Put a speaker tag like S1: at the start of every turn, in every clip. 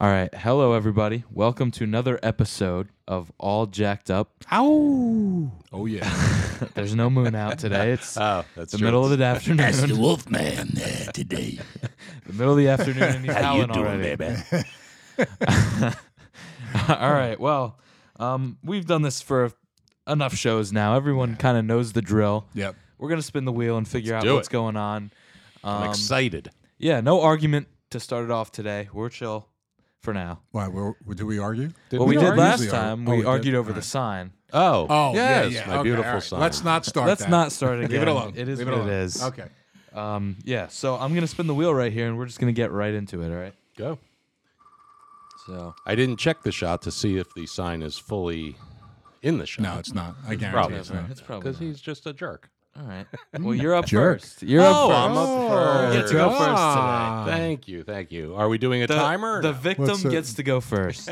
S1: All right. Hello, everybody. Welcome to another episode of All Jacked Up.
S2: Ow!
S3: Oh yeah.
S1: There's no moon out today. It's
S2: Uh,
S3: Oh, that's
S1: the middle of the afternoon.
S3: Wolfman uh, today.
S1: the middle of the afternoon, and he's howling already. All right. Well, um, we've done this for enough shows now. Everyone kind of knows the drill.
S3: Yep.
S1: We're going to spin the wheel and figure out
S3: do
S1: what's
S3: it.
S1: going on. Um,
S3: I'm excited.
S1: Yeah, no argument to start it off today. We're chill for now.
S2: Why? Well, do we argue?
S1: what we,
S2: we
S1: did
S2: argue?
S1: last
S2: Usually argue.
S1: time,
S2: Oh,
S1: we,
S2: we did?
S1: argued over
S2: All
S1: the
S2: right.
S1: sign.
S3: Oh.
S2: Oh,
S3: yes,
S2: yeah, yeah.
S3: My
S2: Okay, all
S3: beautiful
S2: right.
S3: sign.
S2: Let's not start.
S1: Let's
S2: that.
S1: not start again.
S2: Leave it alone.
S1: It is
S2: Leave
S1: what
S2: alone.
S1: it is.
S2: Okay.
S1: Um, yeah, so I'm going to spin the wheel right here, and we're just going to get right into it, all right?
S3: go.
S1: So,
S3: I didn't check the shot to see if the sign is fully in the shot.
S2: No, it's not. I guarantee
S3: Probably
S2: it's
S3: not.
S2: not.
S1: it's probably
S3: Because he's just a jerk.
S1: all right. Well, you're up
S2: Mm, Jerk.
S1: first. You're up
S3: Oh,
S1: 1st
S3: I'm up
S1: You get to go
S3: first.
S1: first today.
S2: Ah.
S3: thank you, thank you. Are we doing a
S1: The,
S3: timer? or
S1: the
S3: no?
S1: victim
S2: What's the-
S1: gets to go first.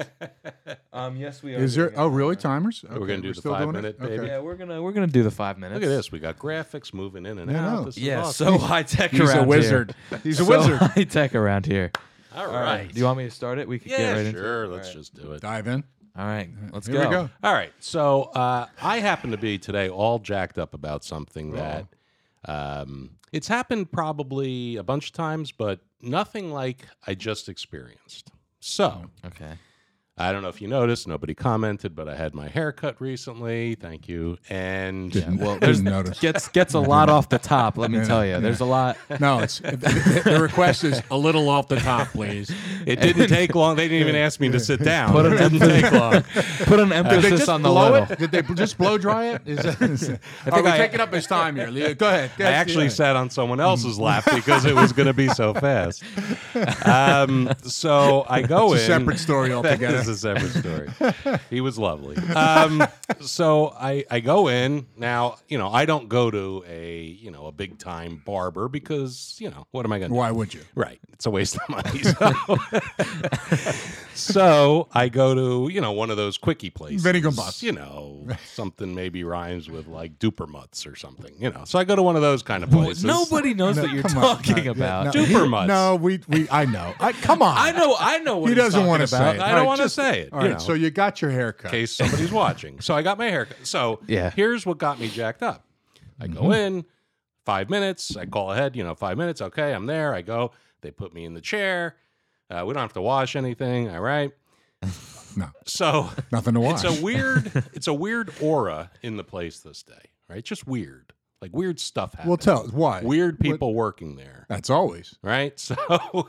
S1: um, yes, we are.
S2: Is
S1: doing
S2: there? Oh, really? Timers? Okay,
S3: We're gonna do the
S2: still doing
S3: five-minute,
S2: it? Okay.
S1: it.
S3: baby.
S1: Yeah, we're gonna we're gonna do the five minutes.
S3: Look at this. We got graphics moving in and
S2: Yeah, I
S3: out.
S2: know.
S3: This is
S1: Yeah,
S3: awesome.
S1: so high tech
S2: He's
S1: around
S2: a
S1: here.
S2: wizard. He's a
S1: So
S2: wizard.
S1: high tech around here.
S3: all
S1: All right.
S3: right.
S1: Do you want me to start it? We could get
S3: yeah,
S1: right into it.
S3: sure. Let's just do it.
S2: Dive in.
S1: All right, let's
S2: Here
S1: go.
S2: we go.
S3: All right. So uh, I happen to be today all jacked up about something that um, it's happened probably a bunch of times, but nothing like I just experienced. So
S1: Okay.
S3: I don't know if you noticed, nobody commented, but I had my hair cut recently. Thank you. And
S2: well,
S1: There's
S2: didn't notice.
S1: gets gets a lot off the top. Let me tell you, there's a lot.
S2: No, it's the request is a little off the top, please.
S3: it didn't take long. They didn't even ask me to sit down.
S1: Put an
S3: it didn't
S1: emphasis-
S3: take long.
S1: Put an emphasis on the little.
S2: Did they just blow dry it? Is that, is, are we
S3: I-
S2: taking up his time here? Leo? Go ahead.
S3: I actually sat on someone else's lap because it was going to be so fast. Um, so I go
S2: It's a
S3: in.
S2: separate story altogether.
S3: That is a separate story. he was lovely. Um, so I, I go in now. You know, I don't go to a you know a big time barber because you know what am I going to
S2: Why would you?
S3: Right. It's a waste of money. So, So I go to, you know, one of those quickie places.
S2: Vinnie Gambas.
S3: You know, something maybe rhymes with like dupermutts or something, you know. So I go to one of those kind of places.
S1: Nobody knows
S2: No,
S1: what you're
S2: come on.
S1: talking
S2: No, yeah,
S1: about.
S2: no,
S3: Duper
S2: he-
S3: mutts.
S2: No, we, we I know. I, come on.
S1: I know. I know what
S2: He
S1: he's
S2: doesn't want to
S1: talking
S2: say.
S1: about.
S2: It.
S3: I
S2: All
S3: don't
S2: right,
S3: wanna
S2: just-
S3: say it,
S2: All
S3: you
S2: right,
S3: know.
S2: so you got your haircut.
S3: in case somebody's watching. So I got my haircut. So
S1: Yeah.
S3: here's what got me jacked up. I go
S2: Mm-hmm.
S3: in, five minutes, I call ahead, you know, five minutes. Okay, I'm there. I go. They put me in the chair. Uh, we don't have to wash anything. All right.
S2: No,
S3: So
S2: nothing to watch.
S3: It's a weird it's a weird aura in the place this day, right? Just weird. Like weird stuff happens.
S2: well, tell us why.
S3: weird people working there,
S2: That's always.
S3: right? So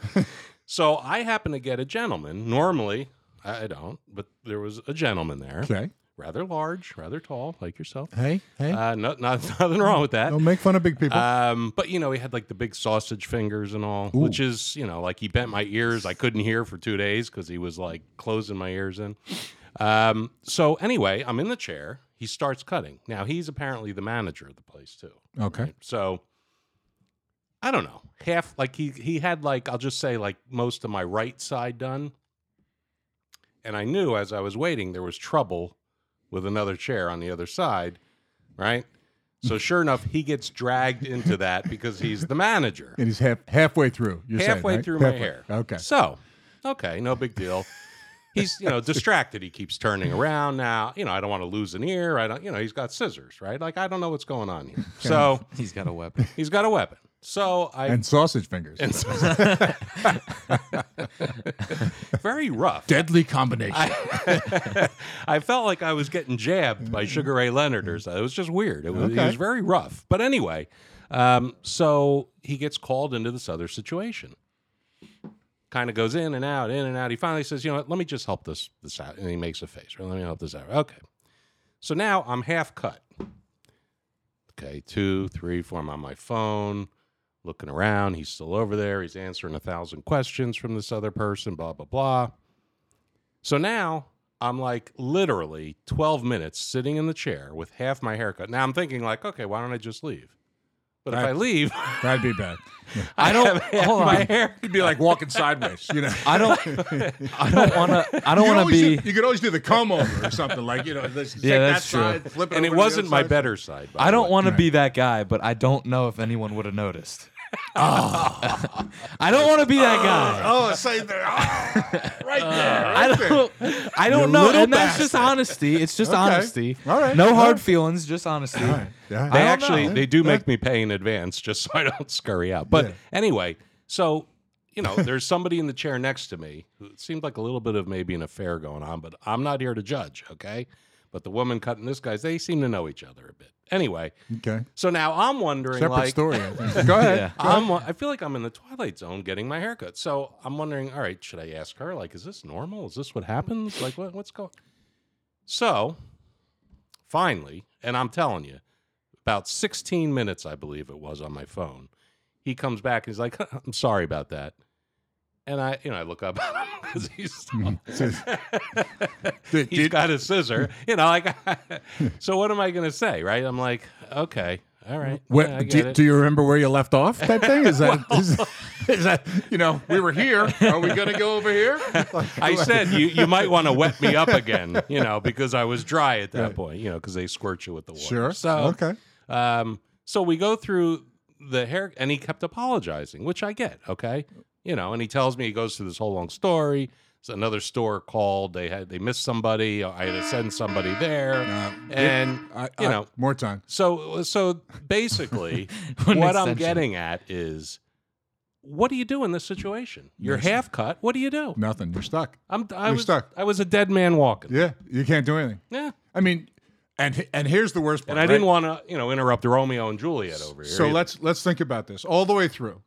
S3: so I happen to get a gentleman. Normally, I I don't, but there was a gentleman there.
S2: Okay.
S3: Rather large, rather tall, like yourself.
S2: Hey, hey.
S3: Uh, no, not, nothing wrong with that.
S2: don't make fun of big people.
S3: Um, but you know, he had like the big sausage fingers and all, which is you know, like he bent my ears. I couldn't hear for two days because he was like closing my ears in. Um, so anyway, I'm in the chair. He starts cutting. Now he's apparently the manager of the place too.
S2: okay.
S3: So I don't know. Half like he he had like I'll just say like most of my right side done. And I knew as I was waiting there was trouble with another chair on the other side, right? So
S2: Mm.
S3: sure enough, he gets dragged into that because he's the manager.
S2: And he's half halfway through. You're saying,
S3: halfway
S2: right?
S3: through my
S2: Halfway.
S3: hair.
S2: Okay.
S3: So, okay, no big deal. He's you know distracted. He keeps turning around. Now you know I don't want to lose an ear. I don't you know he's got scissors, right? Like I don't know what's going on here. So
S1: He's got a weapon.
S3: he's got a weapon. So I
S2: And sausage fingers.
S3: and so- very rough.
S2: Deadly combination.
S3: I felt like I was getting jabbed by Sugar Ray Leonard or something. It was just weird. It was, it
S2: Okay.
S3: was very rough. But anyway, um, so he gets called into this other situation. Kind of goes in and out, in and out. He finally says, "You know what? Let me just help this this out." And he makes a face. Right? Let me help this out. Okay. So now I'm half cut. Okay, two, three, four. I'm on my phone, looking around. He's still over there. He's answering a thousand questions from this other person. Blah blah blah. So now I'm like literally 12 minutes sitting in the chair with half my haircut. Now I'm thinking like, okay, why don't I just leave? But if I
S2: Right.
S3: leave,
S2: That'd be bad.
S3: I
S1: don't-
S3: don't have half
S1: hold on.
S3: my hair.
S2: You'd be like walking sideways. You know.
S1: I don't. I don't want to. I don't want to be.
S2: you could always do the comb over or something like you know. Let's
S1: Yeah, take that's that side,
S2: flip
S3: And it wasn't my better side. by
S1: I
S3: the
S1: don't
S3: way.
S1: want to be that guy, but I don't know if anyone would have noticed. I don't want to be that guy.
S4: Oh, say there.
S2: oh,
S4: right there.
S1: Uh, I don't. I don't know.
S4: little
S1: And that's just honesty. It's just honesty.
S4: All right.
S1: No
S4: All
S1: hard
S4: right.
S1: feelings. Just honesty.
S4: Yeah.
S3: They
S1: don't
S3: actually
S1: know.
S3: they do make me pay in advance just so I don't scurry out. But
S4: Yeah.
S3: anyway, so you know, there's somebody in the chair next to me who it seemed like a little bit of maybe an affair going on, but I'm not here to judge, okay? But the woman cutting this guy's, they seem to know each other a bit. Anyway,
S4: Okay.
S3: so now I'm wondering
S4: Separate
S3: like
S4: story. I think. Go ahead.
S1: Yeah.
S3: I'm, I feel like I'm in the twilight zone getting my haircut. So I'm wondering, all right, should I ask her? Like, is this normal? Is this what happens? Like, what, what's going? So, finally, and I'm telling you, about 16 minutes, I believe it was, on my phone. He comes back and he's like, "I'm sorry about that," and I, you know, I look up because he's
S4: Mm-hmm. Did-
S3: he's
S4: did-
S3: got a scissor, you know, like. so what am I going to say, right? I'm like, okay, all right.
S2: What,
S3: yeah, I get
S2: do,
S3: it.
S2: do you remember where you left off?
S4: That thing is that, is, is that you know we were here. Are we gonna go over here? Like,
S3: I said you, you might want to wet me up again, you know, because I was dry at that point, you know, because they squirt you with the water.
S4: sure.
S3: So
S4: okay.
S3: um, so we go through the hair, and he kept apologizing, which I get. Okay, you know, and he tells me he goes through this whole long story. So another store called. They had they missed somebody. I had to send somebody there,
S4: Uh,
S3: and
S4: I,
S3: you
S4: I-
S3: know.
S4: more time.
S3: So so basically,
S1: What an
S3: what I'm
S1: extension.
S3: getting at is. What do you do in this situation? You're
S4: Nothing.
S3: half cut. What do you do?
S4: Nothing. You're stuck.
S3: I'm I
S4: You're
S3: was
S4: stuck.
S3: I was a dead man walking.
S4: Yeah. You can't do anything.
S3: Yeah.
S4: I mean, and and here's the worst part.
S3: And I didn't
S4: right?
S3: want to, you know, interrupt Romeo and Juliet over here.
S4: So
S3: either.
S4: let's let's think about this all the way through.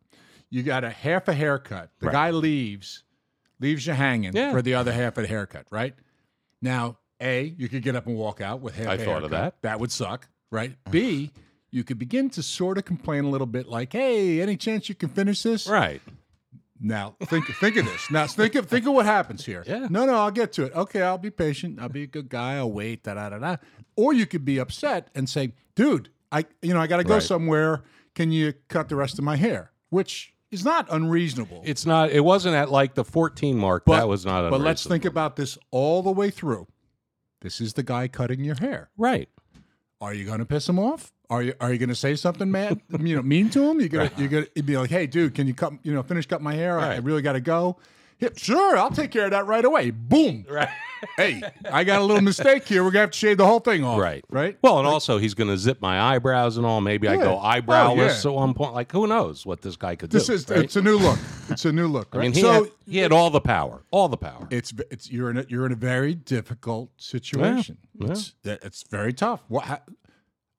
S4: You got a half a haircut. The guy leaves, leaves you hanging
S3: Yeah.
S4: for the other half of the haircut, right? Now, A, you could get up and walk out with half
S3: I
S4: a
S3: thought of
S4: haircut. That would suck, right? B, you could begin to sort of complain a little bit like, hey, any chance you can finish this?
S3: right.
S4: Now think think of this. Now think of think of what happens here.
S3: Yeah.
S4: No, no, I'll get to it. Okay, I'll be patient. I'll be a good guy. I'll wait. Da da da da. Or you could be upset and say, "Dude, I you know I got to go
S3: Right.
S4: somewhere. Can you cut the rest of my hair?" Which is not unreasonable.
S3: It's not. It wasn't at like the 14 mark. that was not.
S4: But let's
S3: unreasonable.
S4: think about this all the way through. This is the guy cutting your hair.
S3: Right.
S4: Are you going to piss him off? Are you are you going to say something mad, you know, mean to him? You gonna you gonna you'd be like, hey, dude, can you cut you know finish cut my hair? I
S3: Right.
S4: really got to go. Yeah, sure, I'll take care of that right away. Boom.
S3: Right.
S4: Hey, I got a little mistake here. We're gonna have to shave the whole thing off.
S3: Right.
S4: Right.
S3: Well, and also he's going to zip my eyebrows and all. Maybe I
S4: Yeah.
S3: go
S4: Oh,
S3: eyebrowless
S4: yeah.
S3: at one point. Like who knows what this guy could
S4: This
S3: do?
S4: is
S3: right?
S4: it's a new look. It's a new look.
S3: I
S4: Right.
S3: mean, he,
S4: so
S3: had, he had all the power. All the power.
S4: it's it's you're in a, you're in a very difficult situation. It's that it's very tough. What? How,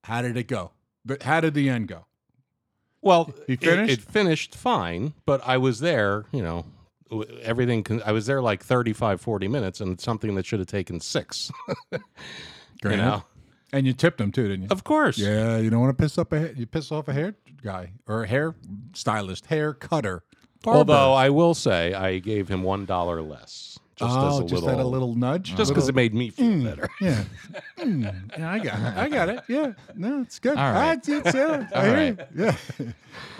S4: how did it go? But how did the end go?
S3: Well,
S4: He
S3: it-
S4: finished?
S3: It, finished fine, but I was there, you know, w- everything. con- I was there like 35, 40 minutes, and it's something that should have taken six, you
S4: Granted.
S3: know?
S4: And you tipped him too, didn't you?
S3: Of course.
S4: Yeah, you don't want to piss up a ha- you piss off a hair guy or a hair stylist, hair cutter. barber.
S3: Although I will say I gave him one dollar less, just
S4: oh,
S3: as a
S4: just
S3: little,
S4: that a little mm. nudge,
S3: just because it made me feel better.
S4: yeah. Mm, yeah, I got it. I got it. Yeah, no, it's good.
S1: All right.
S4: I, it's, yeah, I
S1: All
S4: hear
S1: right.
S4: you. Yeah.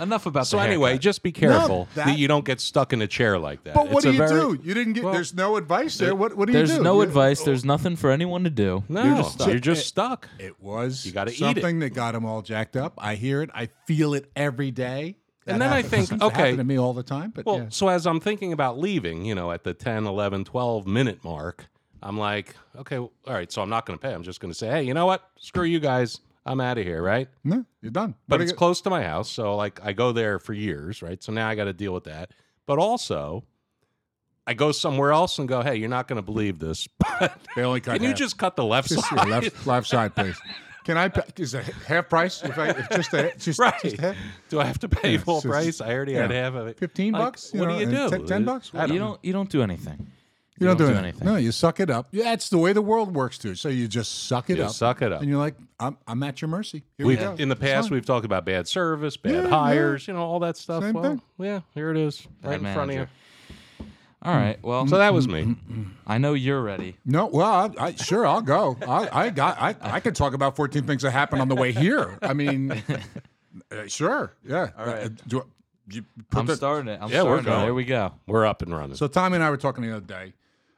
S1: Enough about.
S3: So
S1: the
S3: anyway,
S1: haircut.
S3: just be careful that,
S4: that-
S3: you don't get stuck in a chair like that.
S4: But what
S3: It's a
S4: do you
S3: very-
S4: do? You didn't get. there's no advice there. What? What do you
S1: there's
S4: do?
S1: no
S4: You-
S1: advice. There's nothing for anyone to do.
S3: No,
S1: You're
S3: you're
S1: just
S3: just
S1: stuck.
S3: stuck.
S4: Eh, It was you
S3: gotta eat it.
S4: something that got him all jacked up. I hear it. I feel it every day.
S3: And
S4: That
S3: then I
S4: happens.
S3: think,
S4: It happened
S3: okay.
S4: to me all the time. But
S3: Well,
S4: yeah.
S3: so as I'm thinking about leaving, you know, at the 10, 11, 12 minute mark, I'm like, okay, well, all right, so I'm not going to pay. I'm just going to say, hey, you know what? Screw you guys. I'm out of here, right?
S4: no, you're done.
S3: But
S4: What do
S3: it's
S4: you-
S3: close to my house, so like I go there for years, right? So now I got to deal with that. But also, I go somewhere else and go, hey, you're not going to believe this, but
S4: they only cut
S3: can you
S4: half.
S3: just cut the left
S4: Just your
S3: side?
S4: left left side, please. Can I? pa- Is it half price? If I if just a just,
S3: Right.
S4: just half,
S3: Do I have to pay full
S4: it's just-
S3: price? I already
S4: you
S3: had
S4: know,
S3: half of it.
S4: fifteen
S3: Like,
S4: bucks.
S3: what do you
S4: and
S3: do?
S4: Ten, 10 bucks.
S3: I
S1: you don't. You don't do anything.
S4: You don't,
S1: don't
S4: do
S1: do
S4: anything.
S1: anything.
S4: No, you suck it up. Yeah, that's the way the world works, too. So you just suck it
S3: You
S4: up.
S3: suck it up.
S4: And you're like, I'm I'm at your mercy. Here
S3: We've,
S4: we go.
S3: In the past, we've talked about bad service, bad
S4: yeah.
S3: hires, you know, all that stuff.
S4: Same
S3: well,
S4: thing.
S3: yeah, here it is, right in front of you.
S1: manager. All right. Well,
S3: So that was me.
S1: I know you're ready.
S4: No, well, I, I sure I'll go. I, I got I I could talk about 14 things that happened on the way here. I mean, uh, sure, yeah. All
S1: right.
S4: do I, you put
S1: I'm
S4: the-
S1: starting it. I'm
S3: Yeah,
S1: starting
S3: we're
S1: it.
S3: going.
S1: There we go.
S3: We're up and running.
S4: So Tommy and I were talking the other day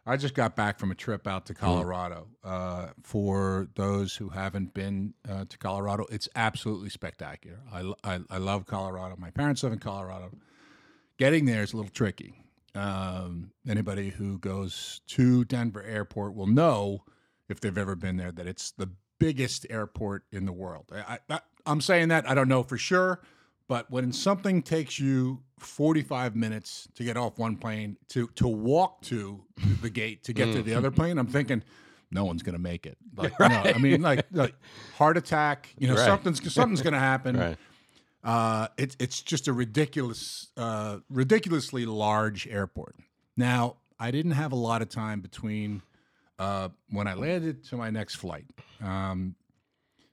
S4: I just got back from a trip out to Colorado. Uh, for those who haven't been uh, to Colorado, it's absolutely spectacular. I, lo- I, I love Colorado. My parents live in Colorado. Getting there is a little tricky. Um, anybody who goes to Denver Airport will know, if they've ever been there, that it's the biggest airport in the world. I, I, I'm saying that. I don't know for sure. But when something takes you 45 minutes to get off one plane to to walk to the gate to get to the
S3: Mm-hmm.
S4: other plane, I'm thinking no one's going to make it. Like, no, I mean, like, like heart attack. You know,
S3: Right.
S4: something's something's going to happen.
S3: Right.
S4: Uh, it's it's just a ridiculous, uh, ridiculously large airport. Now, I didn't have a lot of time between uh, when I landed to my next flight. Um,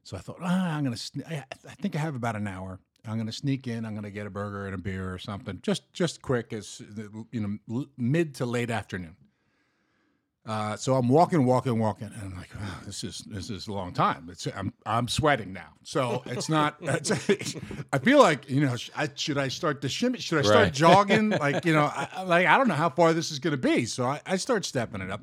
S4: so I thought, ah, I'm gonna. Sne- I, I think I have about an hour. I'm gonna sneak in. I'm gonna get a burger and a beer or something, just just quick as you know, l- mid to late afternoon. Uh, so I'm walking, walking, walking, and I'm like, oh, this is this is a long time. It's I'm I'm sweating now. So it's not. It's, I feel like you know, sh- I, should I start to shimmy? Should I start
S3: Right.
S4: jogging? Like you know, I, I- like I don't know how far this is going to be. So I, I start stepping it up.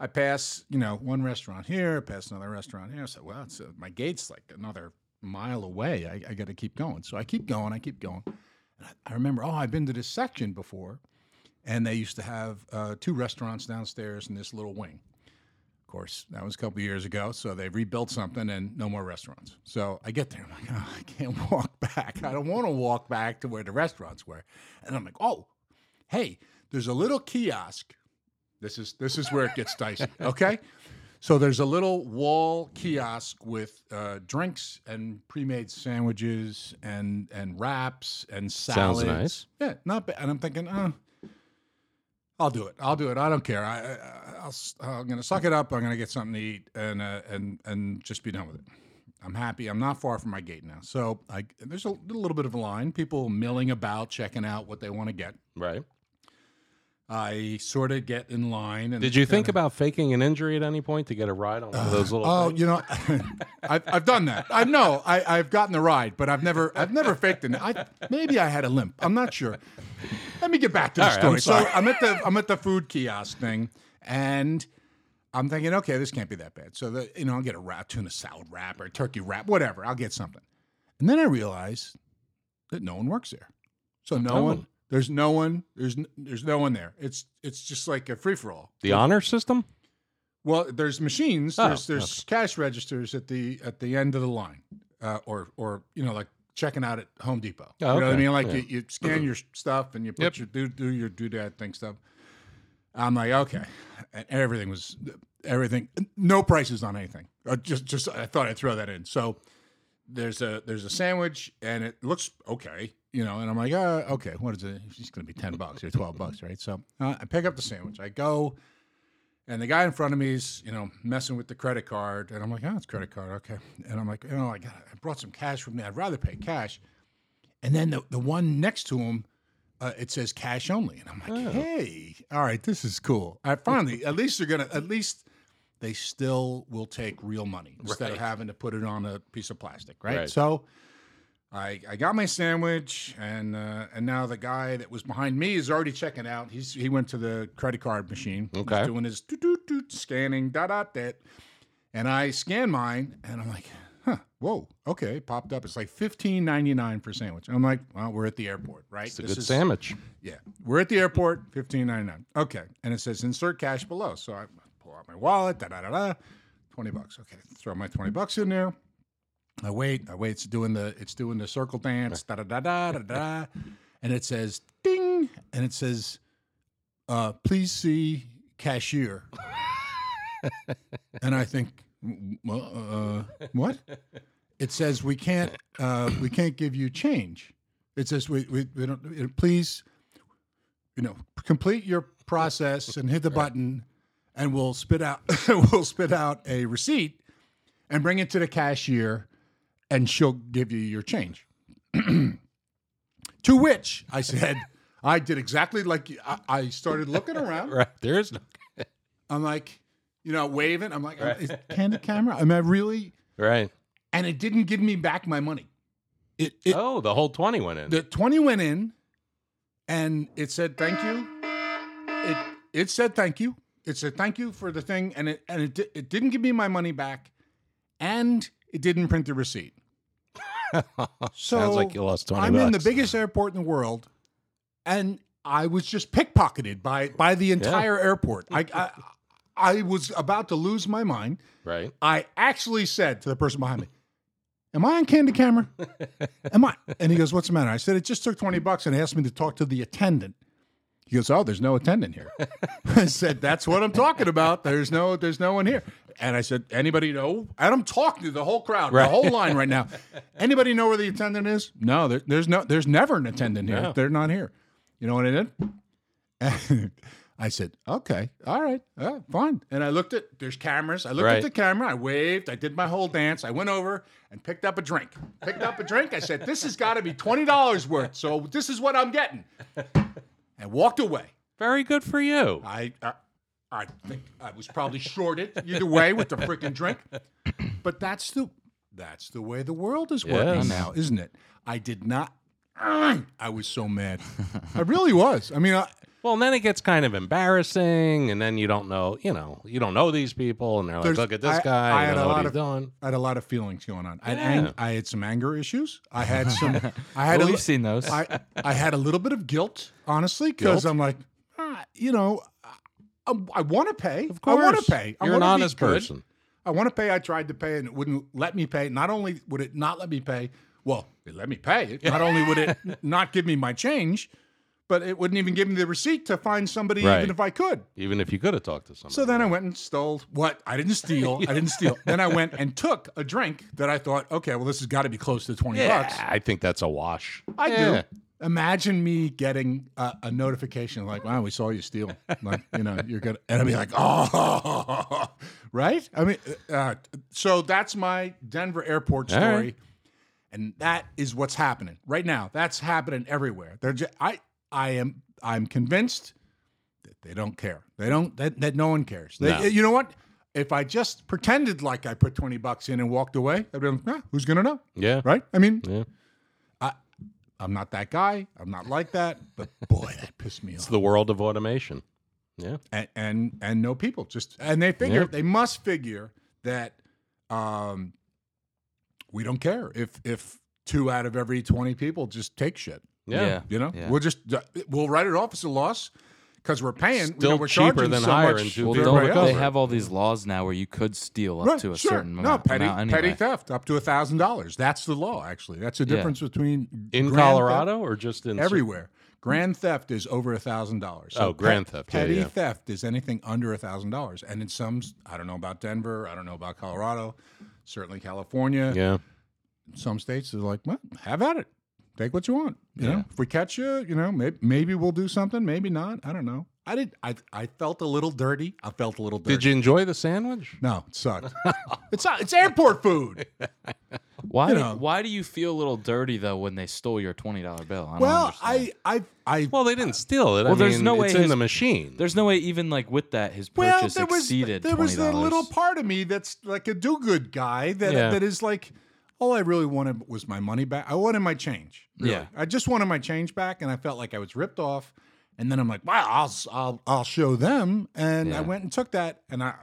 S4: I pass you know one restaurant here, pass another restaurant here. I said, well, it's uh, my gate's like another mile away. I, I got to keep going. So I keep going. I keep going. And I, I remember, oh, I've been to this section before and they used to have uh, two restaurants downstairs in this little wing. Of course, that was a couple of years ago, so they rebuilt something and no more restaurants. So I get there, I'm like, oh, I can't walk back. I don't want to walk back to where the restaurants were. And I'm like, oh, hey, there's a little kiosk. This is this is where it gets dicey. Okay. So there's a little wall kiosk with uh, drinks and pre-made sandwiches and and wraps and salads.
S3: Sounds nice.
S4: Yeah, not bad. And I'm thinking, oh, I'll do it. I'll do it. I don't care. I, I I'll, s- I'm gonna suck it up. I'm gonna get something to eat and uh, and and just be done with it. I'm happy. I'm not far from my gate now, so I there's a little bit of a line. People milling about, checking out what they want to get.
S3: Right.
S4: I sort of get in line. And
S3: Did you think about faking an injury at any point to get a ride on one of those little?
S4: Oh,
S3: things?
S4: you know, I've, I've done that. I know I, I've gotten the ride, but I've never I've never faked it. I, maybe I had a limp. I'm not sure. Let me get back to the
S3: All right,
S4: story.
S3: I'm
S4: so I'm at the I'm at the food kiosk thing, and I'm thinking, okay, this can't be that bad. So the, you know, I'll get a wrap, tuna salad wrap or turkey wrap, whatever. I'll get something, and then I realize that no one works there. So no
S3: telling
S4: one.
S3: you.
S4: There's no one. There's n- there's no one there. It's it's just like a free for all.
S3: the honor system.
S4: Well, there's machines.
S3: Oh,
S4: there's there's cash registers at the at the end of the line, uh, or or you know like checking out at Home Depot.
S3: Oh,
S4: You know what I
S3: okay.
S4: mean? Like
S3: Yeah. Mm-hmm.
S4: you, you scan your stuff and you put your do do your do that thing stuff. I'm like okay, and everything was everything. No prices on anything. Uh, just just I thought I'd throw that in. So there's a there's a sandwich and it looks okay, you know, and I'm like, uh, okay, what is it? It's going to be ten bucks or twelve bucks, right? So uh, I pick up the sandwich, I go, and the guy in front of me is you know messing with the credit card, and I'm like, oh, it's credit card, okay, and I'm like, you know, I got I brought some cash with me. I'd rather pay cash, and then the the one next to him. Uh, it says cash only, and I'm like, "Hey, all right, this is cool." I finally, at least they're gonna, at least they still will take real money instead of
S3: Right.
S4: having to put it on a piece of plastic, right?
S3: Right.
S4: So I, I got my sandwich, and uh, and now the guy that was behind me is already checking out. He's he went to the credit card machine. He's
S3: Okay.
S4: doing his doot doot doot scanning da da that, and I scan mine, and I'm like, huh, whoa, okay, popped up. It's like fifteen ninety nine for sandwich. I'm like, well, we're at the airport, right?
S3: It's a
S4: This
S3: good
S4: is-
S3: sandwich.
S4: yeah, we're at the airport, fifteen ninety nine. Okay, and it says insert cash below. So I pull out my wallet, da da da da, twenty bucks. Okay, throw my twenty bucks in there. I wait, I wait. It's doing the it's doing the circle dance, da da da da da da, and it says ding, and it says, uh, please see cashier. and I think, "Mm, well, uh, what? It says we can't uh, we can't give you change. It says we, we, we don't uh, please you know complete your process and hit the button and we'll spit out we'll spit out a receipt and bring it to the cashier and she'll give you your change. to which I said I did exactly like you- I, I started looking around.
S3: Right. There is no.
S4: I'm like, you know, waving. I'm like, is, can the camera? Am I really?
S3: Right.
S4: And it didn't give me back my money. It, it
S3: Oh, the whole twenty went in.
S4: the twenty went in, and it said thank you. It it said thank you, It's a thank you for the thing, and it and it, di- it didn't give me my money back, and it didn't print the receipt. so
S3: Sounds like you lost 20
S4: I'm in the
S3: bucks.
S4: biggest airport in the world, and I was just pickpocketed by by the entire airport. I, I I was about to lose my mind.
S3: Right.
S4: I actually said to the person behind me, Am I on candy camera? Am I? And he goes, What's the matter? I said, It just took 20 bucks and asked me to talk to the attendant. He goes, Oh, there's no attendant here. I said, That's what I'm talking about. There's no there's no one here. And I said, Anybody know? And I'm talking to the whole crowd, the whole line right now. Anybody know where the attendant is? No, there, there's no there's never an attendant here. They're not here. You know what I did? And I said, okay, all right, uh, fine. And I looked at, there's cameras. I looked
S3: Right.
S4: at the camera. I waved. I did my whole dance. I went over and picked up a drink. Picked up a drink. I said, this has got to be $20 worth. So this is what I'm getting. And walked away.
S3: Very good for you.
S4: I, I, I think I was probably shorted either way with the freaking drink. But that's the that's the way the world is working
S3: Yes.
S4: now, isn't it? I did not. I was so mad. I really was. I mean, I,
S3: Well, and then it gets kind of embarrassing, and then you don't know, you know, you don't know these people, and they're like,
S4: There's-
S3: look at this
S4: I-
S3: guy,
S4: I
S3: you
S4: had
S3: don't
S4: a
S3: know what
S4: lot
S3: he's
S4: of-
S3: doing.
S4: I had a lot of feelings going on. I had,
S3: Yeah.
S4: ang- I had some anger issues. I had some. I had.
S1: Well,
S4: a,
S1: we've seen those.
S4: I, I had a little bit of guilt, honestly, because
S3: Guilt?
S4: I'm like, ah, you know, I, um, I want to pay. Of I want to pay. I
S3: You're an
S4: wanna be
S3: honest
S4: good.
S3: person.
S4: I want to pay. I tried to pay, and it wouldn't let me pay. Not only would it not let me pay, well, it let me pay. It- Not only would it not give me my change, but it wouldn't even give me the receipt to find somebody,
S3: Right.
S4: even if I could.
S3: Even if you could have talked to somebody.
S4: So then I went and stole what I didn't steal. I didn't steal. Then I went and took a drink that I thought, okay, well, this has got to be close to twenty bucks.
S3: I think that's a wash.
S4: I
S3: Yeah.
S4: do. Imagine me getting a, a notification like, "Wow, we saw you steal." Like, you know, you're gonna, and I'd be like, "Oh, right." I mean, uh, so that's my Denver airport
S3: All
S4: story,
S3: right.
S4: and that is what's happening right now. That's happening everywhere. They're just, I, I am, I'm convinced that they don't care. They don't. That, that no one cares. They,
S3: No.
S4: You know what? If I just pretended like I put twenty bucks in and walked away, I'd be like, "Ah, "Who's gonna know?"
S3: Yeah.
S4: right? I mean,
S3: Yeah.
S4: I, I'm not that guy. I'm not like that. But boy, that pissed me
S3: It's
S4: off.
S3: the world of automation. Yeah.
S4: And and, and no people just and they figure
S3: Yeah.
S4: they must figure that um, we don't care if if two out of every twenty people just take shit.
S3: Yeah.
S4: You know,
S1: Yeah.
S4: we'll just uh, we'll write it off as a loss because we're paying. you know,
S3: Still
S4: we're
S3: cheaper
S4: charging
S3: than
S4: so
S3: hiring
S4: much
S3: two
S4: to
S1: well,
S3: They're
S1: don't
S4: everybody
S3: right
S1: they
S4: else.
S3: over.
S1: have all these laws now where you could steal up
S4: Right,
S1: to a
S4: sure.
S1: certain
S4: no
S1: amount,
S4: petty
S1: amount
S4: petty
S1: anyway.
S4: theft up to a thousand dollars. That's the law. Actually, that's the
S1: Yeah.
S4: difference between
S3: In
S4: grand theft-
S3: Colorado or just in
S4: everywhere. Grand theft is over a thousand dollars.
S3: Oh, grand theft, yeah,
S4: Petty
S3: yeah.
S4: theft is anything under a thousand dollars, and in some, I don't know about Denver, I don't know about Colorado, certainly California.
S3: Yeah.
S4: Some states are like, well, have at it, take what you want. You know, if we catch you, you know, maybe maybe we'll do something, maybe not. I don't know. I did. I I felt a little dirty. I felt a little dirty.
S3: Did you enjoy the sandwich?
S4: No, it sucked. it's it's airport food.
S1: Why?
S4: You know.
S1: Why do you feel a little dirty though when they stole your twenty dollar bill? I don't
S4: Well,
S1: understand.
S4: I I I
S3: Well, they didn't steal it. I
S1: Well, there's
S3: mean,
S1: no
S3: it's
S1: way
S3: in
S1: his-
S3: the machine.
S1: There's no way, even like with that, his
S4: Well,
S1: purchase
S4: there was
S1: exceeded
S4: there
S1: twenty
S4: was that
S1: dollars.
S4: little part of me that's like a do-good guy that
S3: Yeah.
S4: that is like, all I really wanted was my money back. I wanted my change. really.
S1: Yeah.
S4: I just wanted my change back, and I felt like I was ripped off. And then I'm like, wow, I'll s- I'll I'll show them. And
S1: Yeah.
S4: I went and took that, and I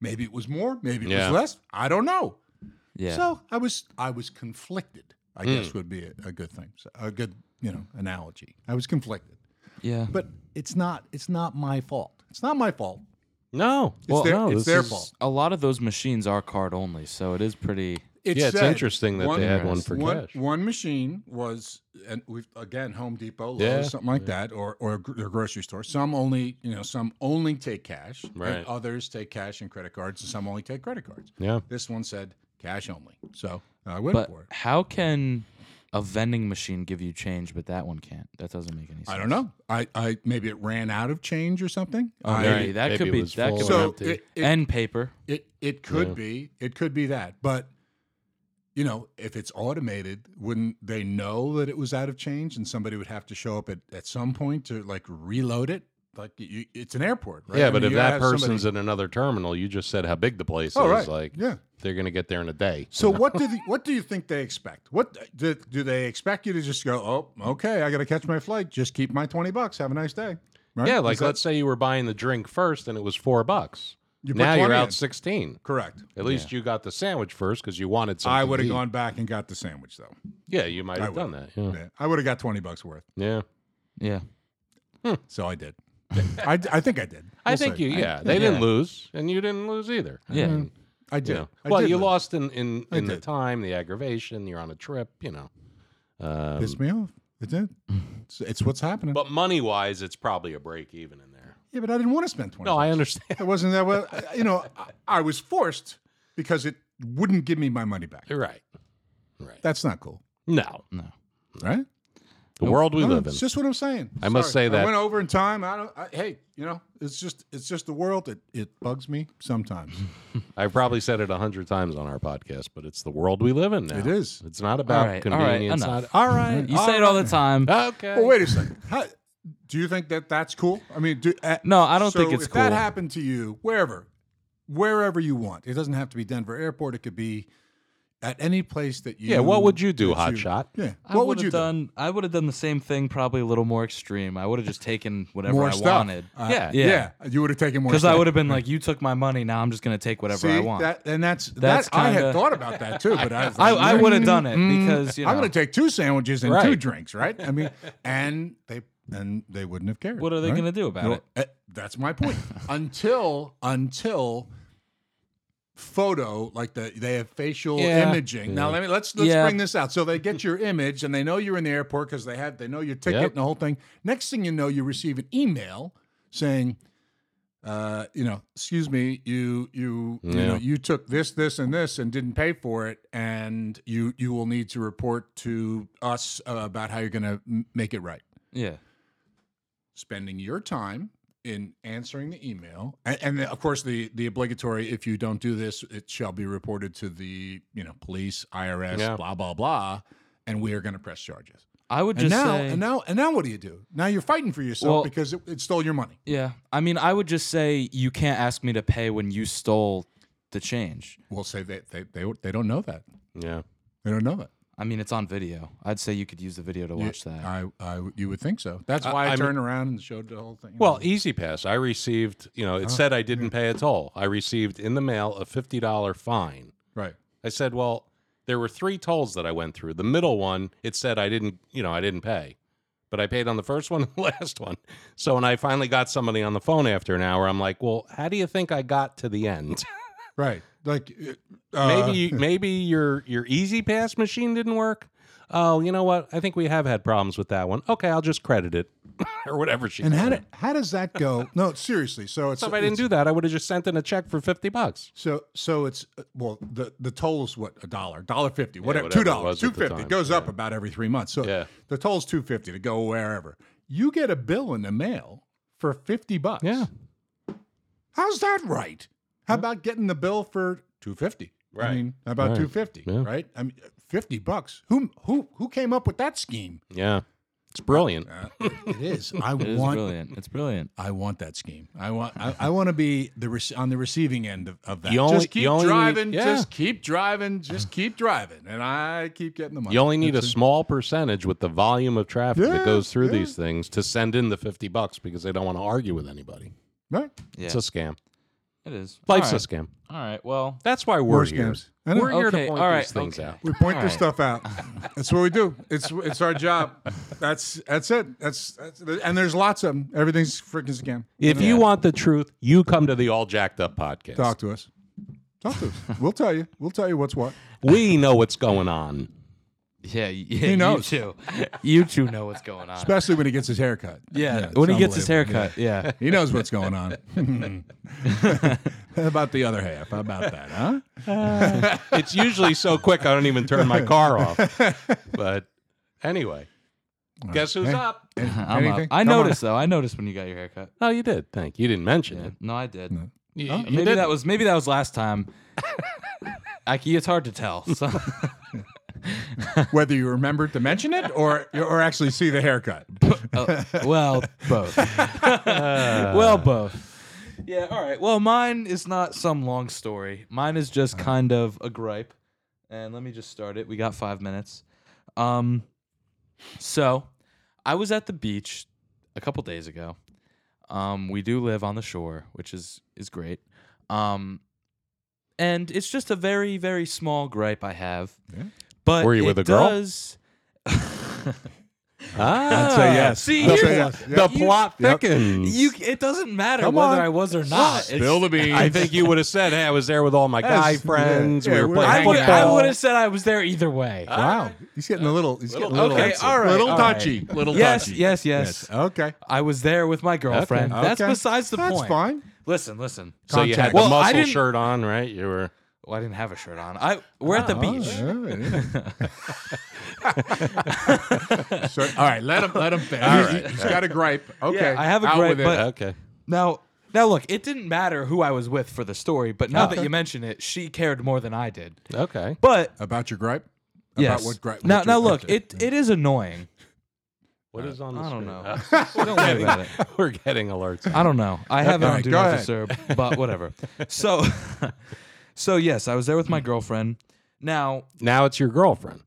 S4: maybe it was more, maybe it
S3: Yeah.
S4: was less. I don't know.
S1: yeah. Mm.
S4: So I was I was conflicted. I guess would be a, a good thing, so, a good you know analogy. I was conflicted,
S1: yeah.
S4: but it's not it's not my fault. It's not my fault.
S3: no.
S4: It's their,
S3: no,
S4: it's
S3: this
S4: their
S3: is-
S4: fault.
S1: a lot of those machines are card only, so it is pretty.
S3: yeah, it's
S4: uh,
S3: interesting that
S4: one-
S3: they had one for
S4: one,
S3: cash.
S4: one machine was, and we've again Home Depot, Lowe's,
S3: Yeah.
S4: something like that, or or gr- their grocery store. Some only, you know, some only take cash,
S3: Right.
S4: and others take cash and credit cards, and some only take credit cards.
S3: Yeah.
S4: This one said cash only, so I went
S1: But
S4: for it.
S1: how can a vending machine give you change, but that one can't? That doesn't make any sense.
S4: I don't know. I, I maybe it ran out of change or something. I,
S1: Oh, maybe. that
S3: Maybe
S1: could
S3: it
S1: be-
S3: was
S1: that
S3: full
S1: could
S3: and
S1: be-
S4: So
S3: empty.
S4: it, it,
S1: And paper.
S4: It it could
S3: Yeah.
S4: be it could be that, but you know, if it's automated, wouldn't they know that it was out of change and somebody would have to show up at, at some point to like reload it? Like you, it's an airport, right?
S3: Yeah,
S4: I
S3: but
S4: mean,
S3: if
S4: you
S3: that
S4: have somebody-
S3: person's in another terminal, you just said how big the place
S4: Oh,
S3: is.
S4: right.
S3: Like,
S4: Yeah.
S3: they're going to get there in a day.
S4: so what do the, what do you think they expect? What do, do they expect you to just go? Oh, okay, I got to catch my flight. Just keep my twenty bucks. Have a nice day. Right?
S3: Yeah,
S4: Is
S3: like
S4: that-
S3: let's say you were buying the drink first and it was four bucks.
S4: You put
S3: now you're
S4: 20
S3: out
S4: in.
S3: sixteen.
S4: Correct.
S3: At least you got the sandwich first because you wanted something.
S4: I would
S3: to
S4: have
S3: eat.
S4: gone back and got the sandwich though.
S3: Yeah, you might
S4: I
S3: have done that. Yeah.
S4: Yeah. I would have got twenty bucks worth.
S3: yeah.
S1: Yeah.
S4: So I did. I, I think I did.
S3: I
S4: We'll
S3: think
S4: see.
S3: you, yeah. they didn't lose, and you didn't lose either. I
S1: Yeah.
S3: mean,
S4: I did.
S3: you know.
S4: I
S3: well,
S4: did
S3: you
S4: lose.
S3: lost in in,
S4: I
S3: in the
S4: did.
S3: time, the aggravation. You're on a trip, you know. Um,
S4: Pissed me off. It did. It's, it's what's happening.
S3: but money wise, it's probably a break even in there.
S4: yeah, but I didn't want to spend twenty.
S3: No, I understand.
S4: It wasn't that well. You know, I, I was forced because it wouldn't give me my money back.
S3: You're right. Right.
S4: That's not cool,
S3: No,
S4: right?
S3: the world we
S4: No,
S3: live in.
S4: It's just what I'm saying.
S3: I must say
S4: I
S3: that-
S4: went over in time. I don't. I, hey, you know, it's just it's just the world. It it bugs me sometimes.
S3: I've probably said it a hundred times on our podcast, but it's the world we live in now.
S4: It is.
S3: It's not
S1: All
S3: about
S1: right, all right,
S3: convenience.
S1: enough.
S3: not, all right.
S1: You say it all the time.
S3: Okay.
S4: Well, Oh, wait a second. How, do you think that that's cool? I mean, do, uh,
S1: No, I don't
S4: so
S1: think it's
S4: if that
S1: cool.
S4: happened to you, wherever, wherever you want, it doesn't have to be Denver Airport. It could be at any place that you.
S3: yeah. What would you do,
S4: that
S3: Hot Shot?
S4: Yeah.
S1: I
S4: what
S1: would
S4: would
S1: have
S4: you do?
S1: done? I would have done the same thing, probably a little more extreme. I would have just taken whatever
S4: More
S1: I
S4: stuff.
S1: wanted.
S4: Uh,
S3: Yeah.
S1: yeah.
S4: yeah. You would have taken more.
S1: Because I
S4: stuff.
S1: would have been like, "You took my money. Now I'm just going to take whatever
S4: See
S1: I want."
S4: that, and that's
S1: That's
S4: that, I had
S1: kinda-
S4: thought about that too, but I was
S1: I,
S4: like,
S1: I would have done it
S4: "Mm,
S1: because you
S4: I'm
S1: know.
S4: going to take two sandwiches and two
S3: Right.
S4: drinks, right? I mean, and they and they wouldn't have cared.
S1: What are they
S4: right?
S1: gonna do about
S4: No,
S1: it?
S4: eh, That's my point. until until photo like the they have facial
S3: Yeah.
S4: imaging. Now let me let's let's
S1: Yeah.
S4: bring this out. So they get your image and they know you're in the airport because they have they know your ticket
S3: Yep.
S4: and the whole thing. Next thing you know, you receive an email saying. Uh, you know, excuse me, you you you know,
S3: Yeah.
S4: you took this, this, and this, and didn't pay for it, and you you will need to report to us uh, about how you're going to make it right.
S1: yeah,
S4: Spending your time in answering the email, and, and then, of course the the obligatory: if you don't do this, it shall be reported to the you know police, IRS,
S3: Yeah.
S4: blah blah blah, and we are going to press charges.
S1: I would
S4: And
S1: just
S4: now,
S1: say,
S4: and now, and now, what do you do? Now you're fighting for yourself
S1: Well-
S4: because it, it stole your money.
S1: yeah. I mean, I would just say, you can't ask me to pay when you stole the change.
S4: We'll say they they they, they don't know that.
S3: Yeah.
S4: They don't know that.
S1: I mean, it's on video. I'd say you could use the video to watch that.
S4: I, I, you would think so. That's
S3: I-
S4: why I,
S3: I mean-
S4: turned around and showed the whole thing.
S3: Well, Easy Pass, I received, you know, it said I didn't pay a toll. I received in the mail a $50 fine.
S4: right.
S3: I said, well, there were three tolls that I went through. The middle one, it said I didn't, you know, I didn't pay, but I paid on the first one and the last one. So when I finally got somebody on the phone after an hour, I'm like, well, how do you think I got to the end?
S4: Right. Like uh,
S3: maybe, you- maybe your your Easy Pass machine didn't work. Oh, you know what? I think we have had problems with that one. Okay, I'll just credit it or whatever she.
S4: And how,
S3: said.
S4: did, how does that go? No, seriously. So it's
S3: So if I didn't do that, I would have just sent in a check for fifty bucks.
S4: so so it's uh, well the the toll is what a dollar, dollar fifty, whatever,
S3: whatever
S4: two
S3: it
S4: dollars,
S3: was at
S4: two
S3: the
S4: fifty. It
S3: time,
S4: goes up about every three months. So
S3: Yeah.
S4: the toll's two fifty to go wherever. You get a bill in the mail for fifty bucks.
S3: Yeah.
S4: How's that right? How about getting the bill for two fifty? I
S3: Right.
S4: mean, how about
S3: Right.
S4: two fifty?
S3: Yeah.
S4: Right. I mean, fifty bucks. Who who who came up with that scheme?
S3: Yeah, it's brilliant.
S4: Uh, it is. I
S1: it is
S4: want.
S1: brilliant. It's brilliant.
S4: I want that scheme. I want. I, I want to be the rec- on the receiving end of, of that.
S3: You only-
S4: just keep
S3: you only need-
S4: driving.
S3: yeah.
S4: Just keep driving. Just keep driving, and I keep getting the money.
S3: You only need a
S4: That's it.
S3: small percentage with the volume of traffic
S4: Yeah,
S3: that goes through
S4: yeah.
S3: these things to send in the 50 bucks because they don't want to argue with anybody.
S4: right.
S1: Yeah,
S3: It's a scam.
S1: it is.
S3: Life's
S1: all
S3: a scam.
S1: right. All right. Well,
S3: That's why we're
S4: More
S3: here.
S4: scams. I know.
S3: We're here
S1: Okay,
S3: to point
S1: all right,
S3: these things
S1: okay.
S3: out.
S4: We point
S1: All
S4: this
S1: right.
S4: stuff out. That's what we do. It's it's our job. That's that's it. That's, that's and there's lots of them. Everything's freaking scam.
S3: If you want the truth, you come to the All Jacked Up podcast.
S4: Talk to us. Talk to us. We'll tell you. We'll tell you what's what.
S3: We know what's going on.
S1: yeah, yeah.
S4: He knows.
S1: You two, you two know what's going on.
S4: Especially when he gets his haircut.
S1: yeah,
S4: it's
S1: when he gets his
S4: unbelievable.
S1: haircut. Yeah.
S4: He knows what's going on. How about the other half? How about that, huh?
S3: It's usually so quick I don't even turn my car off. But anyway, guess who's
S4: Hey.
S3: up?
S1: I'm up.
S4: Anything?
S1: I
S4: Come on.
S1: noticed though. I noticed when you got your haircut.
S3: Oh, you did. Thank you. You didn't mention it.
S1: No, I did.
S3: You, you
S1: maybe
S3: didn't.
S1: that was maybe that was last time. I, c- it's hard to tell. So.
S4: Whether you remembered to mention it or or actually see the haircut.
S1: Oh, well, both. well, both. Yeah, all right. Well, mine is not some long story. Mine is just kind of a gripe. And let me just start it. We got five minutes. Um, so, I was at the beach a couple days ago, Um, we do live on the shore, which is is great. Um, and it's just a very very small gripe I have.
S4: Yeah.
S1: But
S3: Were you
S1: it
S3: with a girl?
S1: Does...
S3: Ah,
S4: say yes.
S1: See,
S4: That's
S1: you-
S4: a yes.
S3: the
S1: You-
S3: plot
S4: Yep.
S3: thickens.
S1: you, it doesn't matter
S4: Come
S1: whether
S4: on.
S1: I was or not. It's-
S4: Spill the beans.
S3: I think you would have said, "Hey, I was there with all my guy
S4: Yes, yeah,
S3: friends.
S4: yeah,
S3: we were
S4: we're
S3: playing
S1: I would,
S3: football."
S1: I would have said I was there either way.
S4: Wow, he's getting
S1: Uh,
S4: a little. He's getting a little.
S1: Okay, all right,
S4: Little
S1: all right.
S4: touchy.
S3: Little
S1: yes,
S3: touchy.
S1: yes, yes,
S4: Okay.
S1: I was there with my girlfriend. That's
S4: Okay.
S1: besides the
S4: That's
S1: point.
S4: fine.
S1: Listen, listen.
S3: So you had
S4: Contact.
S3: the
S1: Well, I
S3: muscle
S1: didn't-
S3: shirt on, right? You were.
S1: Well, I didn't have a shirt on. I we're at the beach.
S4: Oh, yeah. so, all right, let him let him finish. He's- he's got a gripe. Okay,
S1: I have a
S4: out
S1: gripe,
S4: with it.
S1: but-
S3: Okay.
S1: Now, now look, it didn't matter who I was with for the story, but now that
S4: Okay.
S1: you mention it, she cared more than I did.
S3: Okay.
S1: But
S4: Uh-huh. about your gripe.
S1: yes,
S4: About what gripe?
S1: now,
S4: what
S1: now
S4: your gripe
S1: look,
S4: is.
S1: it it is annoying.
S3: What is on the
S1: I don't
S3: screen?
S1: know. Don't worry about it.
S3: We're getting alerts.
S1: I don't know. I have it
S4: All
S1: on
S4: right,
S1: do
S4: go
S1: not
S4: ahead.
S1: disturb, but whatever. So, so yes, I was there with my girlfriend. Now,
S3: Now it's your girlfriend.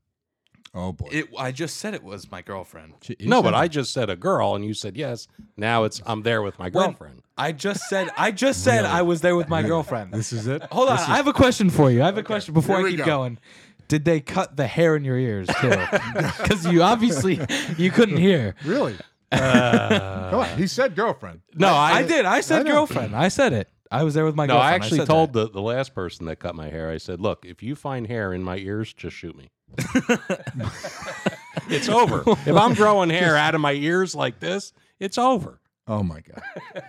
S4: Oh boy.
S1: it I just said it was my girlfriend.
S3: no, but I just said a girl, and you said yes. Now it's I'm there with my
S1: When-
S3: girlfriend.
S1: I just said I just said I was there with my girlfriend.
S4: this is it.
S1: Hold on, I have a question for you. I have a question before
S4: here
S1: I
S4: we
S1: keep
S4: go.
S1: going. Did they cut the hair in your ears too? Because you obviously you couldn't hear.
S4: Really?
S1: Uh,
S4: Come on. He said girlfriend.
S3: No,
S1: I,
S3: I,
S1: did. I said
S4: know.
S1: girlfriend. I said it. I was there with my
S3: No,
S1: girlfriend.
S3: I actually
S1: said
S3: told
S1: that.
S3: the, the last person that cut my hair. I said, "Look, if you find hair in my ears, just shoot me." it's over. If I'm growing hair out of my ears like this, it's over.
S4: Oh my god.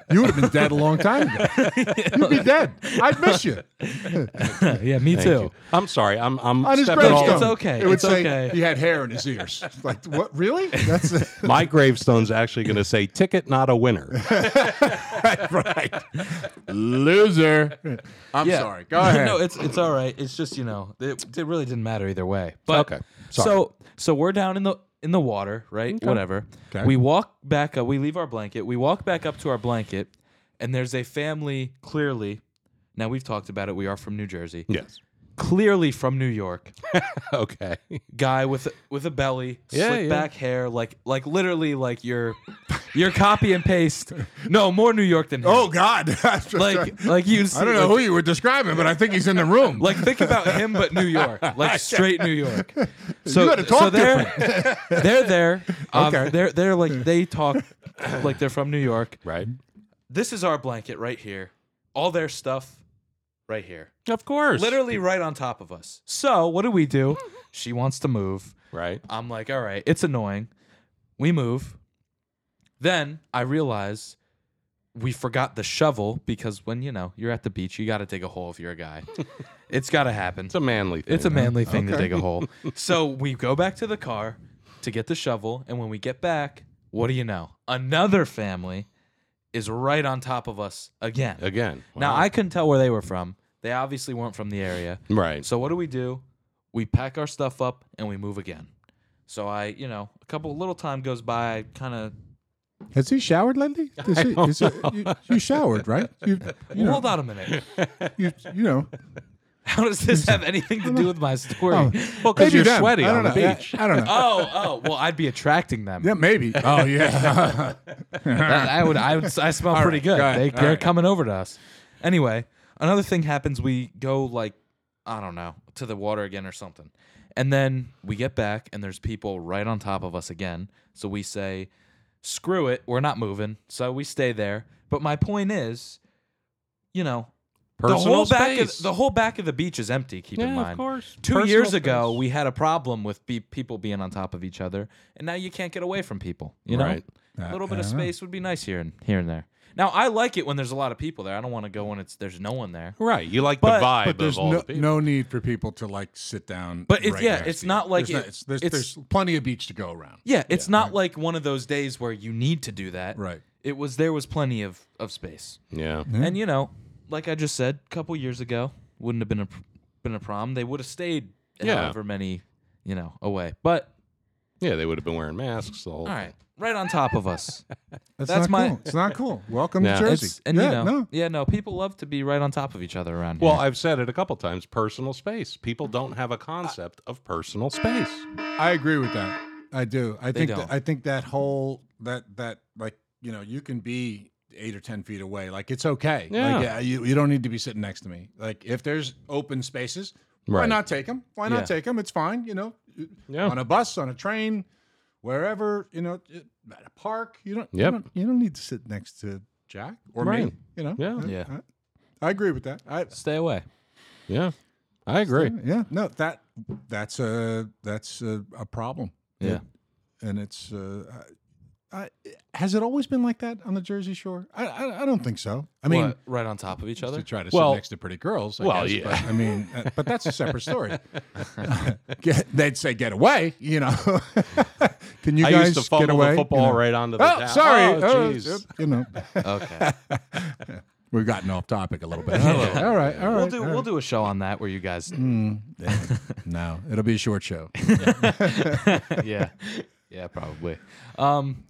S4: You would have been dead a long time ago. You'd be dead. I'd miss you.
S1: yeah, me
S3: Thank
S1: too.
S3: you. I'm sorry. I'm I'm
S4: On his
S3: stepping all
S4: gravestone.
S1: It's okay,
S4: It would
S1: it's
S4: say
S1: okay.
S4: he had hair in his ears. Like what? Really? That's it.
S3: My gravestone's actually going to say "Ticket, not a winner."
S4: right. Loser. I'm
S1: Yeah.
S4: sorry. Go ahead.
S1: no, it's it's all right. It's just you know it, it really didn't matter either way. But
S3: Okay.
S1: so so we're down in the in the water, right? Whatever.
S4: Okay.
S1: We walk back up. We leave our blanket. We walk back up to our blanket, and there's a family clearly. Now we've talked about it. We are from New Jersey.
S3: Yes.
S1: Clearly from New York.
S3: Okay.
S1: guy with with a belly,
S3: Yeah,
S1: slick
S3: yeah.
S1: back hair, like like literally like your your copy and paste. No, more New York than him.
S4: Oh God.
S1: like like you. See,
S4: I don't know
S1: like,
S4: who you were describing, but I think he's in the room.
S1: Like think about him, but New York, like straight New York. So
S4: gotta
S1: so
S4: talk
S1: they're they're there. Um,
S4: Okay.
S1: They're they're like they talk like they're from New York.
S3: Right.
S1: This is our blanket right here. All their stuff right here.
S3: Of course.
S1: Literally right on top of us. So what do we do? She wants to move.
S3: Right.
S1: I'm like, all right, it's annoying. We move. Then I realize we forgot the shovel because when you know you're at the beach, you got to dig a hole if you're a guy. it's got to happen.
S3: It's a manly thing.
S1: It's a manly thing to
S4: Okay.
S1: dig a hole. so we go back to the car to get the shovel, and when we get back, what do you know? Another family is right on top of us again.
S3: again.
S1: Now
S3: Wow.
S1: I couldn't tell where they were from. They obviously weren't from the area.
S3: right.
S1: So what do we do? We pack our stuff up and we move again. So I, you know, a couple little time goes by, kind of.
S4: Has he showered lately? Is he, is he- you, you showered, right? You, you know,
S1: Hold on a minute.
S4: you, you know.
S1: How does this have anything to do with my story?
S4: Oh.
S1: Oh,
S3: well, because
S4: Maybe
S3: you're
S4: them.
S3: sweaty
S4: I
S3: on
S4: don't
S3: the
S4: know.
S3: beach.
S4: I, I don't know.
S1: oh, well, I'd be attracting them.
S4: yeah, maybe. Oh yeah.
S1: That- I would, I would, I smell pretty good.
S4: go ahead.
S1: They,
S4: All
S1: they're
S4: right.
S1: coming over to us. Anyway, another thing happens. We go like, I don't know, to the water again or something, and then we get back and there's people right on top of us again. So we say, "Screw it, we're not moving." So we stay there. But my point is, you know,
S3: Personal
S1: the whole back
S3: space.
S1: of the whole back of the beach is empty. Keep
S3: yeah,
S1: in mind.
S3: of course.
S1: Two
S3: Personal
S1: years
S3: space.
S1: ago, we had a problem with be- people being on top of each other, and now you can't get away from people. You know,
S3: Right.
S1: a little bit of space would be nice here and here and there. Now, I like it when there's a lot of people there. I don't want to go when it's there's no one there.
S3: Right. You like
S1: But-
S3: the vibe
S4: But there's
S3: of all
S4: no,
S3: the people.
S4: no need for people to like sit down.
S1: But it's-
S4: right
S1: yeah,
S4: next
S1: it's
S4: to you.
S1: not like
S4: there's, no-
S1: it-
S4: it's- there's,
S1: it's-
S4: there's plenty of beach to go around.
S1: Yeah, it's not like one of those days where you need to do that.
S4: Right. Hmm.
S1: It was there was plenty of of space,
S3: Yeah.
S1: and you know, like I just said, a couple years ago wouldn't have been a pr- been a problem. They would have stayed
S3: Yeah.
S1: however many you know away. But
S3: Yeah. They would have been wearing masks. The whole
S1: all right, right on top of us.
S4: That's,
S1: That's
S4: not
S1: my-
S4: cool. It's not cool. Welcome
S3: Yeah.
S4: to Jersey.
S1: It's, and
S4: yeah,
S1: you know,
S4: no.
S1: yeah, no, people love to be right on top of each other around
S3: Well,
S1: here.
S3: I've said it a couple times. Personal space. People don't have a concept of personal space.
S4: I agree with that. I do. I think that,
S1: don't.
S4: I think that whole that that like you know you can be eight or ten feet away. Like it's okay.
S3: Yeah.
S4: Like, yeah, you, you don't need to be sitting next to me. Like if there's open spaces, why
S3: Right.
S4: not take them? Why not
S1: Yeah.
S4: take them? It's fine. You know,
S3: Yeah.
S4: on a bus, on a train, wherever. You know, at a park. You don't. You
S3: Yep.
S4: don't, you don't need to sit next to Jack or me.
S3: Right.
S4: You know.
S3: Yeah.
S4: I-
S1: Yeah.
S4: I, I agree with that. I
S1: Stay away.
S3: Yeah. I agree.
S4: yeah. No, that that's a that's a, a problem.
S1: Yeah.
S4: and it's uh, I, has it always been like that on the Jersey Shore? I I, I don't think so. I mean,
S1: What, right on top of each
S4: to
S1: other.
S4: try to
S3: Well-
S4: sit next to pretty girls. I
S3: Well,
S4: guess,
S3: yeah.
S4: But, I mean, uh, but that's a separate story. Get- they'd say, "Get away!" You know. Can you
S3: I
S4: guys get
S3: used to fumble
S4: away?
S3: the football
S4: you know?
S3: right onto the
S4: Oh,
S3: towel.
S4: sorry.
S3: Oh,
S4: Oh,
S3: jeez.
S4: yep, you know,
S1: Okay.
S4: we've gotten off topic a little bit. all right, all right. Mm.
S1: We'll do we'll do a show on that where you guys.
S4: No, it'll be a short show.
S1: yeah. Yeah, probably. Um,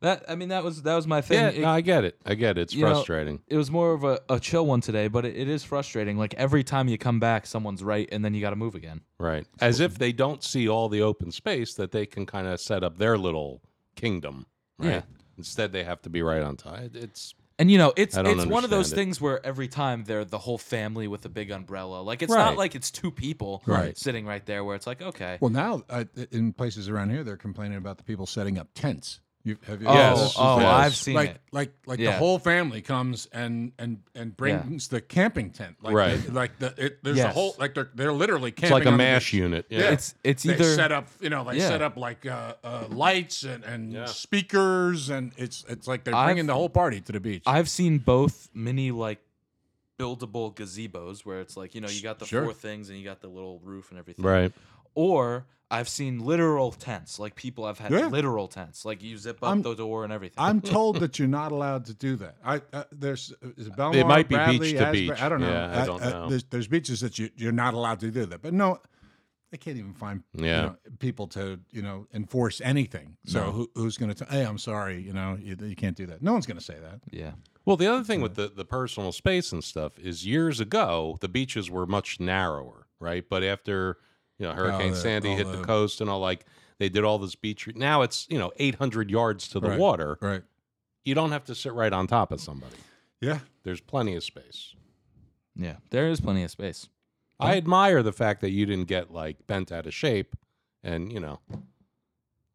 S1: that I mean that was that was my thing.
S3: Yeah,
S1: It-
S3: no, I get it. I get it. It's
S1: you know,
S3: frustrating.
S1: it was more of a, a chill one today, but it, it is frustrating. Like every time you come back, someone's right, and then you got to move again.
S3: right. As if they don't see all the open space that they can kind of set up their little kingdom. Right.
S1: Yeah.
S3: Instead, they have to be right on time. It's
S1: And you know, it's
S3: I don't
S1: it's one of those
S3: understand
S1: things where every time they're the whole family with a big umbrella. Like it's
S3: Right.
S1: not like it's two people
S3: Right.
S1: sitting right there where it's like, okay.
S4: Well, now uh, in places around here, they're complaining about the people setting up tents. You, have you
S3: Yes.
S1: Oh, oh,
S3: Yes.
S1: I've seen
S4: like,
S1: it.
S4: like, like the
S1: Yeah.
S4: whole family comes and and and brings the camping tent. Like
S3: Right.
S4: the- like the it, there's a
S1: Yes.
S4: whole like they're they're literally
S3: it's
S4: camping.
S3: like a
S4: under
S3: mash
S4: the-
S3: unit. Yeah.
S4: Yeah.
S1: It's it's
S4: They
S1: either
S4: set up, you know, they
S1: Yeah.
S4: set up like uh, uh, lights and, and
S3: Yeah.
S4: speakers, and it's it's like they're
S1: I've-
S4: bringing the whole party to the beach.
S1: I've seen both mini like buildable gazebos where it's like you know you got the
S4: Sure.
S1: four things and you got the little roof and everything.
S3: Right.
S1: Or I've seen literal tents. Like people have had
S4: Yeah.
S1: literal tents. Like you zip up
S4: I'm-
S1: the door and everything.
S4: I'm told that you're not allowed to do that. I uh, there's is it Belmar,
S3: might be
S4: Bradley,
S3: beach to
S4: Asbury?
S3: beach.
S4: I don't know. Uh,
S3: Yeah, I don't know.
S4: There's, there's beaches that you you're not allowed to do that. But no, they can't even find you
S3: Yeah.
S4: know, people to you know enforce anything. So who, who's going to? Hey, I'm sorry. You know you, you can't do that. No one's going to say that.
S1: yeah.
S3: Well, the other thing with the, the personal space and stuff is years ago, the beaches were much narrower, right? But after, you know, Hurricane
S4: Oh, the-
S3: Sandy
S4: all
S3: hit the
S4: the-
S3: coast and all like they did all this beach. Now it's, you know, 800 yards to the
S4: Right.
S3: water.
S4: Right.
S3: You don't have to sit right on top of somebody.
S4: Yeah.
S3: There's plenty of space.
S1: Yeah. There is plenty of space.
S3: I admire the fact that you didn't get like bent out of shape and, you know,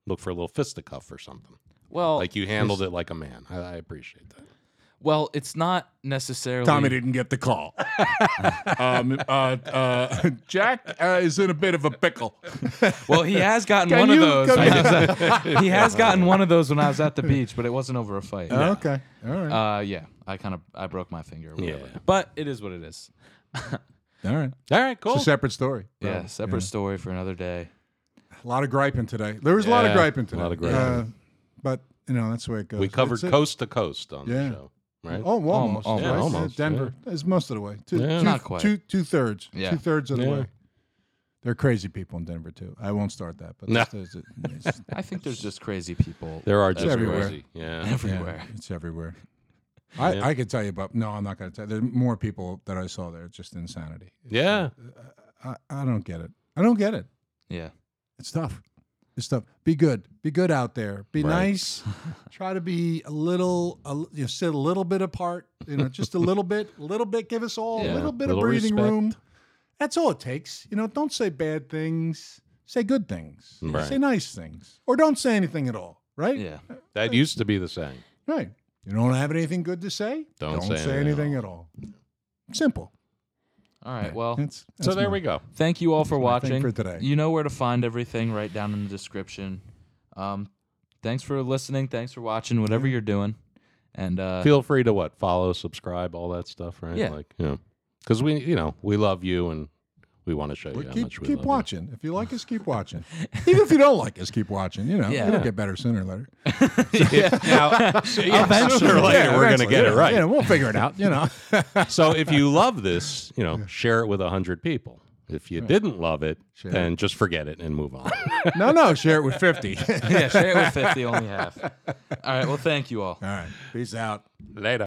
S3: look for a little fisticuff or something.
S4: Oh,
S1: Well,
S3: Like you handled it like a man. I, I appreciate that.
S1: well, it's not necessarily.
S4: Tommy didn't get the call. um, uh, uh, Jack uh, is in a bit of a pickle.
S1: Well, he has gotten
S4: Can
S1: one
S4: you-
S1: of those.
S4: can
S1: when
S4: you-
S1: I was at- he has gotten one of those when I was at the beach, but it wasn't over a fight.
S4: Okay. All right.
S1: Uh, yeah, I kind of I broke my finger. Or whatever.
S3: Yeah.
S1: But it is what it is.
S4: All right.
S3: All right, cool.
S4: It's a separate story.
S1: Yeah, separate story for another day.
S4: A lot of griping today. There was a lot of
S3: Yeah,
S4: griping today.
S3: lot of griping.
S4: Uh, but you know that's the way it goes.
S3: we covered
S4: That's it.
S3: coast to coast on
S4: Yeah.
S3: the show, right?
S4: Oh, well, almost.
S1: almost.
S4: right?
S3: Yeah, almost,
S4: Denver is most of the way. Two,
S3: Yeah.
S4: two-
S1: Not quite.
S4: Two two thirds.
S1: Yeah.
S4: Two thirds of the
S3: Yeah.
S4: way. They're crazy people in Denver too. I won't start that, but
S3: No.
S4: it's- it's, it's, it's
S1: I think there's just crazy people
S3: There are just
S4: everywhere.
S3: crazy. Yeah.
S1: everywhere.
S4: yeah, it's everywhere. I, I could tell you about no, I'm not going to tell. There's more people that I saw there. It's just insanity.
S3: Yeah.
S4: I, I don't get it. I don't get it.
S1: Yeah.
S4: It's tough. It's tough. Be good. Be good out there. Be
S3: Right.
S4: nice. Try to be a little, a, li- you know, sit a little bit apart. You know, just a little bit, a little bit. Give us all
S1: Yeah,
S4: a little bit
S3: little
S4: of breathing
S3: respect.
S4: room. That's all it takes. You know, don't say bad things. Say good things.
S3: Right.
S4: Say nice things, or don't say anything at all. Right.
S1: Yeah.
S3: That used to be the saying.
S4: Right. You don't have anything good to say.
S3: Don't say anything
S4: anything at all. Simple.
S1: All right. Well,
S4: That's, that's
S3: so there
S4: my-
S3: we go.
S1: thank you all for
S4: my thing
S1: watching.
S4: for today.
S1: You know where to find everything right down in the description. Um, thanks for listening. Thanks for watching. Whatever you're doing, and uh,
S3: Feel free to what? Follow, subscribe, all that stuff, right?
S1: Yeah.
S3: Like, you know, because we, you know, we love you and we want to show
S4: We
S3: you how
S4: keep
S3: much we
S4: keep
S3: love you.
S4: watching. If you like us, keep watching. Even if you don't like us, keep watching. You know,
S1: Yeah.
S4: it'll get better sooner or later.
S3: If- now, so, yeah, sooner or later,
S4: Yeah,
S3: we're going to
S4: eventually.
S3: get it
S4: Yeah,
S3: right.
S4: Yeah, we'll figure it out. You know,
S3: So if you love this, you know, share it with a 100 people. If you didn't love it, then just forget it and move on.
S4: no, no, share it with fifty. All
S1: yeah, share it with fifty, only half. All right. Well, thank you all.
S4: right, peace out.
S3: Later.